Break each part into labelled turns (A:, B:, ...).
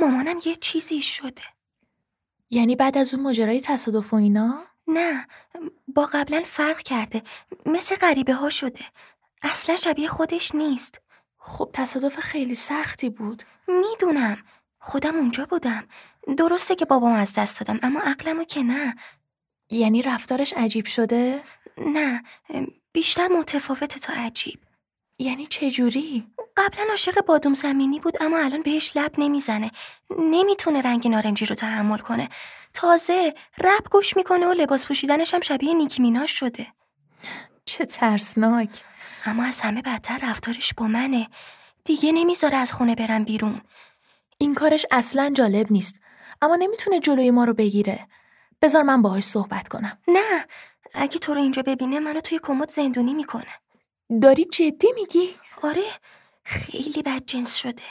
A: کنم یه چیزی شده
B: یعنی بعد از اون ماجرای تصادف و اینا؟
A: نه با قبلا فرق کرده مثل غریبه ها شده اصلا شبیه خودش نیست
B: خب تصادف خیلی سختی بود
A: میدونم خودم اونجا بودم درسته که بابام از دست دادم اما عقلمو که نه
B: یعنی رفتارش عجیب شده؟
A: نه بیشتر متفاوت تا عجیب
B: یعنی چجوری؟
A: قبلا عاشق بادوم زمینی بود اما الان بهش لب نمیزنه نمیتونه رنگ نارنجی رو تحمل کنه تازه رپ گوش میکنه و لباس پوشیدنش هم شبیه نیکی میناش شده
B: چه ترسناک
A: اما از همه بدتر رفتارش با منه دیگه نمیذاره از خونه برم بیرون
B: این کارش اصلا جالب نیست اما نمیتونه جلوی ما رو بگیره بذار من باهاش صحبت کنم
A: نه اگه تو رو اینجا ببینه منو توی کمد زندونی میکنه
B: داری جدی میگی
A: آره خیلی بدجنس شده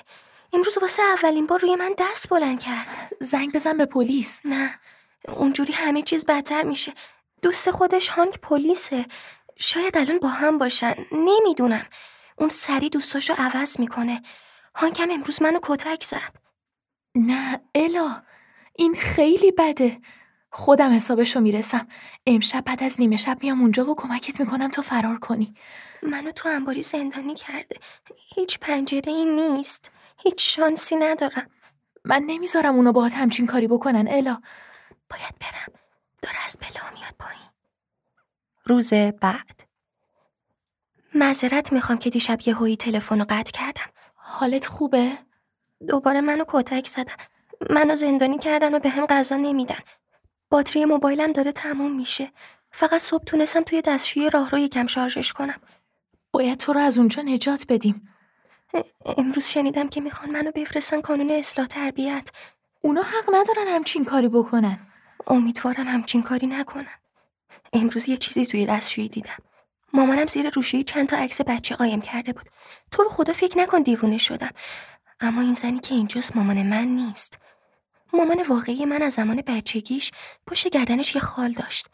A: امروز واسه اولین بار روی من دست بلند کرد
B: زنگ بزن به پلیس
A: نه اونجوری همه چیز بدتر میشه دوست خودش هانگ پلیسه شاید الان با هم باشن نمیدونم اون سری دوستاشو عوض میکنه هانگ هم امروز منو کتک زد
B: نه الا این خیلی بده خودم حسابشو میرسم امشب بعد از نیمه شب میام اونجا و کمکت میکنم تا فرار کنی
A: منو تو انباری زندانی کرده هیچ پنجره ای نیست هیچ شانسی ندارم
B: من نمیذارم اونو باهات همچین کاری بکنن الا
A: باید برم داره از بلا میاد پایین روز بعد معذرت میخوام که دیشب یه هوی تلفن رو قطع کردم
B: حالت خوبه؟
A: دوباره منو کتک زدن منو زندانی کردن و به هم غذا نمیدن باتری موبایلم داره تموم میشه فقط صبح تونستم توی دستشویی راهرو یکم شارژش کنم
B: باید تو رو از اونجا نجات بدیم
A: امروز شنیدم که میخوان منو بفرستن کانون اصلاح تربیت
B: اونا حق ندارن همچین کاری بکنن
A: امیدوارم همچین کاری نکنن امروز یه چیزی توی دستشویی دیدم مامانم زیر روشویی چند تا عکس بچه قایم کرده بود تو رو خدا فکر نکن دیوونه شدم اما این زنی که اینجاست مامان من نیست مامان واقعی من از زمان بچگیش پشت گردنش یه خال داشت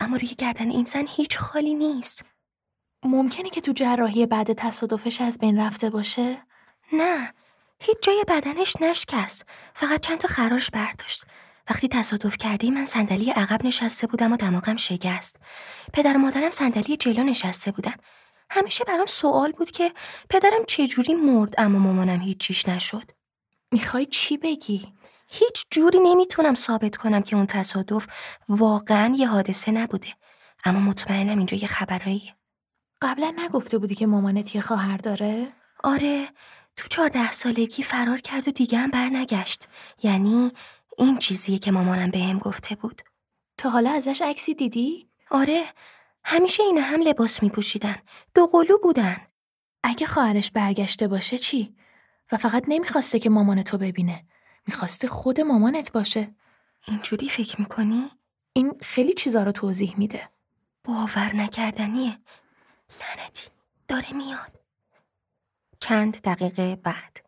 A: اما روی گردن این زن هیچ خالی نیست
B: ممکنه که تو جراحی بعد تصادفش از بین رفته باشه؟
A: نه هیچ جای بدنش نشکست فقط چند تا خراش برداشت وقتی تصادف کردی من صندلی عقب نشسته بودم و دماغم شکست پدر و مادرم صندلی جلو نشسته بودن همیشه برام سوال بود که پدرم چجوری مرد اما مامانم هیچیش نشد
B: میخوای چی بگی؟
A: هیچ جوری نمیتونم ثابت کنم که اون تصادف واقعا یه حادثه نبوده اما مطمئنم اینجا یه خبرایی
B: قبلا نگفته بودی که مامانت یه خواهر داره
A: آره تو چهارده سالگی فرار کرد و دیگه هم برنگشت یعنی این چیزیه که مامانم بهم به گفته بود
B: تا حالا ازش عکسی دیدی
A: آره همیشه اینا هم لباس می پوشیدن دو قلو بودن
B: اگه خواهرش برگشته باشه چی و فقط نمیخواسته که مامان تو ببینه میخواسته خود مامانت باشه
A: اینجوری فکر میکنی؟
B: این خیلی چیزا رو توضیح میده
A: باور نکردنیه لعنتی داره میاد چند دقیقه بعد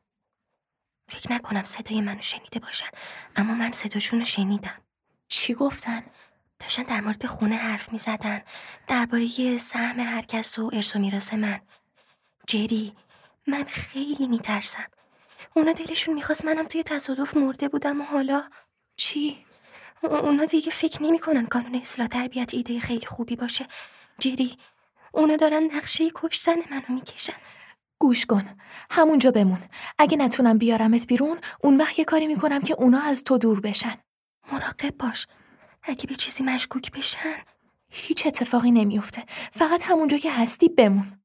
A: فکر نکنم صدای منو شنیده باشن اما من صداشون رو شنیدم
B: چی گفتن؟
A: داشتن در مورد خونه حرف می زدن درباره سهم هرکس و ارث و میراث من جری من خیلی میترسم اونا دلشون میخواست منم توی تصادف مرده بودم و حالا
B: چی؟
A: اونا دیگه فکر نمیکنن کانون اصلاح تربیت ایده خیلی خوبی باشه جری اونا دارن نقشه کشتن منو میکشن
B: گوش کن همونجا بمون اگه نتونم بیارمت بیرون اون وقت یه کاری میکنم که اونا از تو دور بشن
A: مراقب باش اگه به چیزی مشکوک بشن
B: هیچ اتفاقی نمیافته فقط همونجا که هستی بمون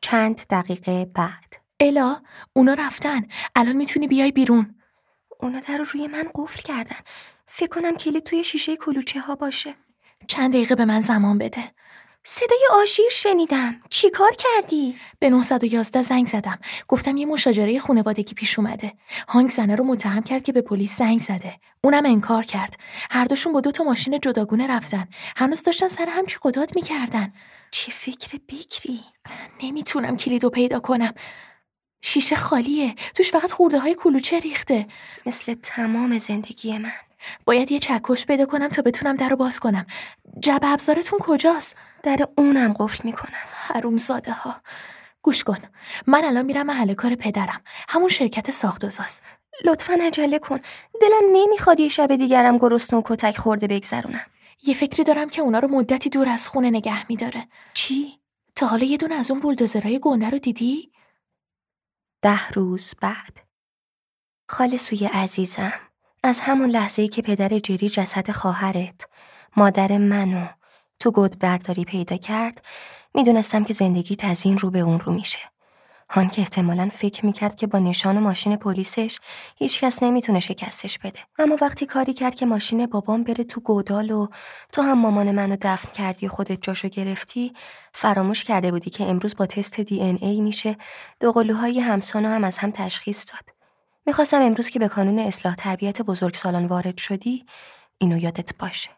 A: چند دقیقه بعد
B: الا اونا رفتن الان میتونی بیای بیرون
A: اونا در رو روی من قفل کردن فکر کنم کلید توی شیشه کلوچه ها باشه
B: چند دقیقه به من زمان بده
A: صدای آژیر شنیدم چیکار کردی
B: به 911 زنگ زدم گفتم یه مشاجره خونوادگی پیش اومده هانگ زنه رو متهم کرد که به پلیس زنگ زده اونم انکار کرد هر دوشون با دو تا ماشین جداگونه رفتن هنوز داشتن سر هم چی قداد میکردن
A: چی فکر بکری
B: نمیتونم کلیدو پیدا کنم شیشه خالیه توش فقط خورده های کلوچه ریخته
A: مثل تمام زندگی من
B: باید یه چکش پیدا کنم تا بتونم در رو باز کنم جب ابزارتون کجاست
A: در اونم قفل میکنن
B: حروم زاده ها گوش کن من الان میرم محل کار پدرم همون شرکت ساخت و ساز
A: لطفا عجله کن دلم نمیخواد یه شب دیگرم گرسنه و کتک خورده بگذرونم
B: یه فکری دارم که اونا رو مدتی دور از خونه نگه میداره
A: چی
B: تا حالا یه دونه از اون بولدوزرهای گنده رو دیدی
A: ده روز بعد خاله سوی عزیزم از همون لحظه ای که پدر جری جسد خواهرت مادر منو تو گود برداری پیدا کرد میدونستم که زندگی از این رو به اون رو میشه هان که احتمالا فکر میکرد که با نشان و ماشین پلیسش هیچکس نمیتونه شکستش بده اما وقتی کاری کرد که ماشین بابام بره تو گودال و تو هم مامان منو دفن کردی و خودت جاشو گرفتی فراموش کرده بودی که امروز با تست دی ان ای میشه دو قلوهای همسانو هم از هم تشخیص داد میخواستم امروز که به کانون اصلاح تربیت بزرگسالان وارد شدی اینو یادت باشه